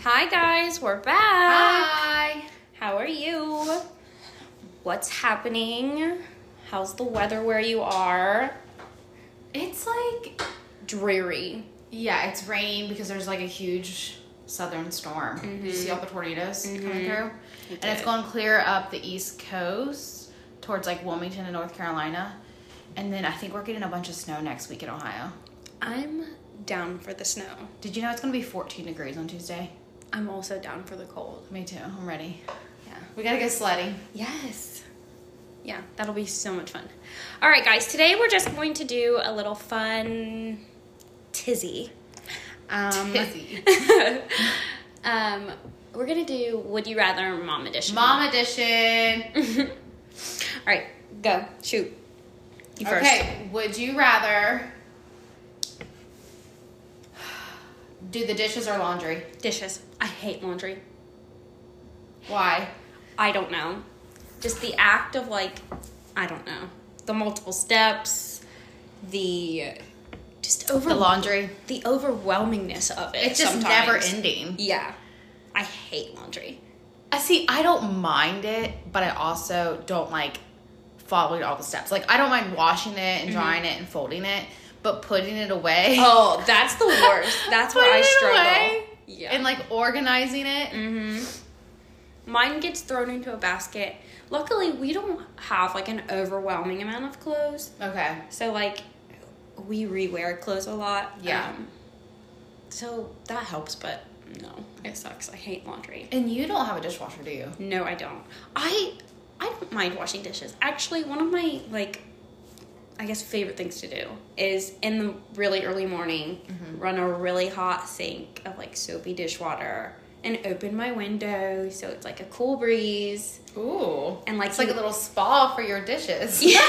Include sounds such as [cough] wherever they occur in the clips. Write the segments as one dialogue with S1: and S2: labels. S1: Hi guys, we're back.
S2: Hi.
S1: How are you? What's happening? How's the weather where you are?
S2: It's like
S1: Dreary.
S2: yeah, it's raining because there's like a huge southern storm. Did you see all the tornadoes coming through? And it's
S1: Mm-hmm. did.
S2: going clear up the east coast towards like Wilmington and North Carolina. And then I think we're getting a bunch of snow next week in Ohio.
S1: I'm down for the snow.
S2: Did you know it's going to be 14 degrees on Tuesday?
S1: I'm also down for the cold.
S2: Me too. I'm ready.
S1: Yeah.
S2: We got to go sledding.
S1: Yes. Yeah, that'll be so much fun. All right, guys, today we're just going to do a little fun tizzy. [laughs]
S2: [laughs]
S1: Um,
S2: Tizzy.
S1: um, we're going to do Would You Rather Mom Edition.
S2: Mom edition.
S1: All [laughs] right, go. Shoot. You first.
S2: Okay, would you rather do the dishes or laundry?
S1: Dishes. I hate laundry.
S2: Why?
S1: I don't know. Just the act of like, I don't know. The multiple steps, the just over
S2: The laundry.
S1: the overwhelmingness of it.
S2: It's just
S1: sometimes.
S2: never ending.
S1: Yeah. I hate laundry.
S2: I see, I don't mind it, but I also don't like following all the steps. Like I don't mind washing it and drying it and folding it, but putting it away.
S1: Mm-hmm. Oh, that's the
S2: [laughs]
S1: worst. That's where I
S2: Putting it
S1: struggle.
S2: away
S1: Yeah. Mm-hmm.
S2: And like organizing it.
S1: Mine gets thrown into a basket. Luckily, we don't have like an overwhelming amount of clothes.
S2: Okay.
S1: So like we rewear clothes a lot. um,
S2: Yeah.
S1: so that helps, but no, it sucks. I hate laundry.
S2: And you don't have a dishwasher, do you?
S1: No, I don't. I I don't mind washing dishes. Actually, one of my like I guess favorite things to do is in the really early morning run a really hot sink of like soapy dishwater and open my window so it's like a cool breeze
S2: Ooh.
S1: and like
S2: It's like
S1: you-
S2: a little spa for your dishes.
S1: [laughs] yeah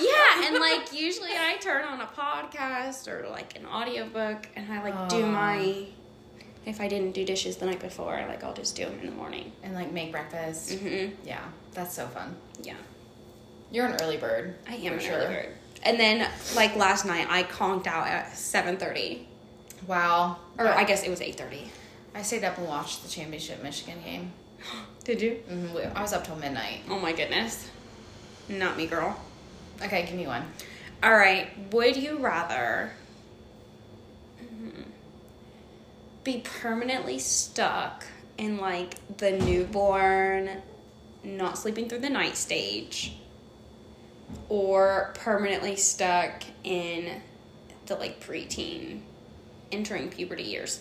S1: yeah and like usually i turn on a podcast or like an audiobook and i like do
S2: Oh.
S1: my if i didn't do dishes the night before like i'll just do them in the morning
S2: And like make breakfast.
S1: mm-hmm.
S2: Yeah, that's so fun.
S1: yeah
S2: You're an early bird.
S1: i am
S2: for
S1: an early bird. and then like last night i conked out at 7.30
S2: Wow.
S1: or i guess it was 8.30 [gasps]
S2: I stayed up and watched the championship Michigan game.
S1: did you
S2: Mhm, we- I was up till midnight.
S1: oh my goodness not me girl
S2: Okay, give me one.
S1: All right. Would you rather Mhm. be permanently stuck in like the newborn, not sleeping through the night stage, or permanently stuck in the like preteen, entering puberty years?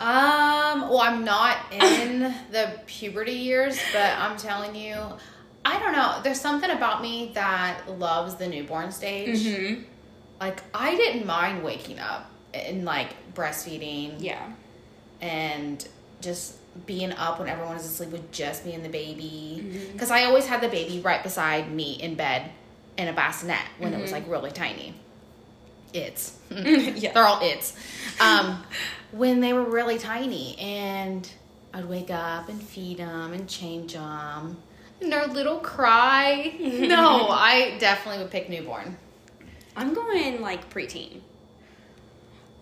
S2: Um, well, I'm not
S1: [coughs]
S2: in the puberty years, but I'm telling you, I don't know. There's something about me that loves the newborn stage.
S1: Mm-hmm.
S2: Like, I didn't mind waking up and like breastfeeding
S1: Yeah. [laughs]
S2: and just being up when everyone is asleep with just me and the baby.
S1: Mm-hmm.
S2: Because I always had the baby right beside me in bed in a bassinet when it
S1: Mm-hmm.
S2: was like really tiny.
S1: [laughs]
S2: It's. [laughs]
S1: yeah.
S2: They're all it's. Um, [laughs] when they were really tiny, and I'd wake up and feed them and change them. And their little [laughs] cry. no, I definitely would pick newborn.
S1: I'm going like preteen.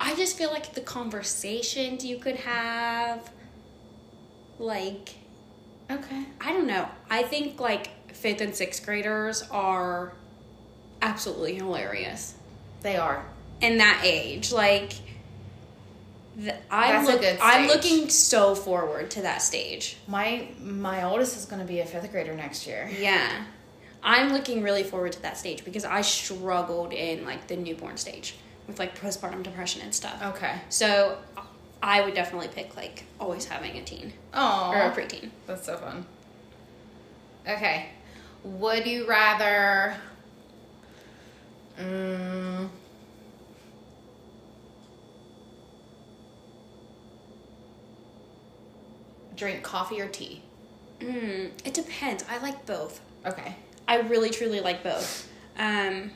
S1: I just feel like the conversations you could have, like,
S2: Okay.
S1: I don't know. I think like fifth and sixth graders are absolutely hilarious
S2: They are.
S1: in that age. Like, th- I'm,
S2: That's a
S1: look-
S2: good
S1: I'm
S2: stage.
S1: looking so forward to that stage.
S2: My my oldest is gonna be a fifth grader next year.
S1: Yeah. I'm looking really forward to that stage because I struggled in like the newborn stage with like postpartum depression and stuff.
S2: Okay.
S1: So I would definitely pick like always having a teen or a
S2: Oh,
S1: preteen.
S2: that's so fun. Okay. Would you rather? Mm, drink coffee or tea?
S1: Mm, it depends. I like both.
S2: Okay.
S1: I really truly like both. Um,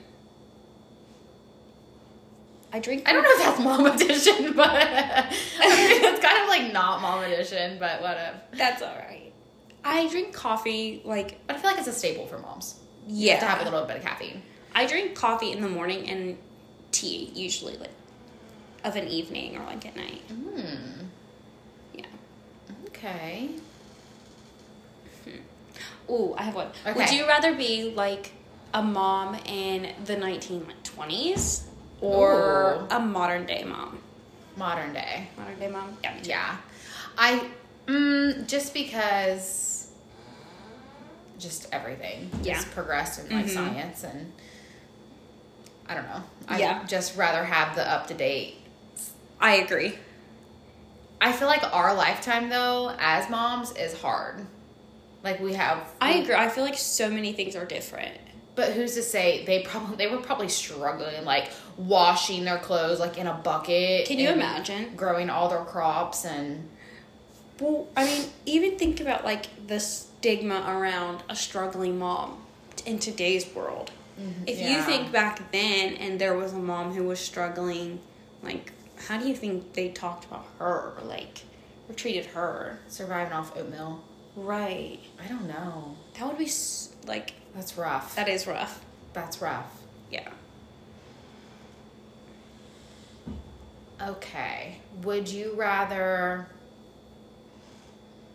S1: I drink.
S2: I don't know if that's [laughs] mom edition, but [laughs] it's kind of like not mom edition, but whatever.
S1: That's all right. I drink coffee like
S2: But I feel like it's a staple for moms
S1: yeah.
S2: to have a little bit of caffeine.
S1: I drink coffee in the morning and tea usually like of an evening or like at night.
S2: Hmm. Okay.
S1: Ooh, I have one. Would
S2: Okay.
S1: you rather be like a mom in the 1920s or
S2: Ooh.
S1: a modern day mom?
S2: Modern day.
S1: Modern day mom? Yeah, me too.
S2: Yeah. I mm, just because just everything
S1: Yeah.
S2: has progressed in like
S1: Mhm.
S2: science and I don't know. I'd
S1: Yeah.
S2: just rather have the up to date.
S1: I agree.
S2: I feel like our lifetime though as moms is hard. Like we have
S1: I agree. I feel like so many things are different.
S2: But who's to say they probably they were probably struggling like washing their clothes like in a bucket.
S1: Can you
S2: and
S1: imagine?
S2: growing all their crops and
S1: Well, I mean, even think about like the stigma around a struggling mom in today's world. If you
S2: Yeah.
S1: think back then and there was a mom who was struggling, like, how do you think they talked about her? Like, or treated her?
S2: surviving off oatmeal?
S1: Right.
S2: I don't know.
S1: That would be s- like
S2: That's rough.
S1: that is rough.
S2: That's rough.
S1: Yeah.
S2: Okay. Would you rather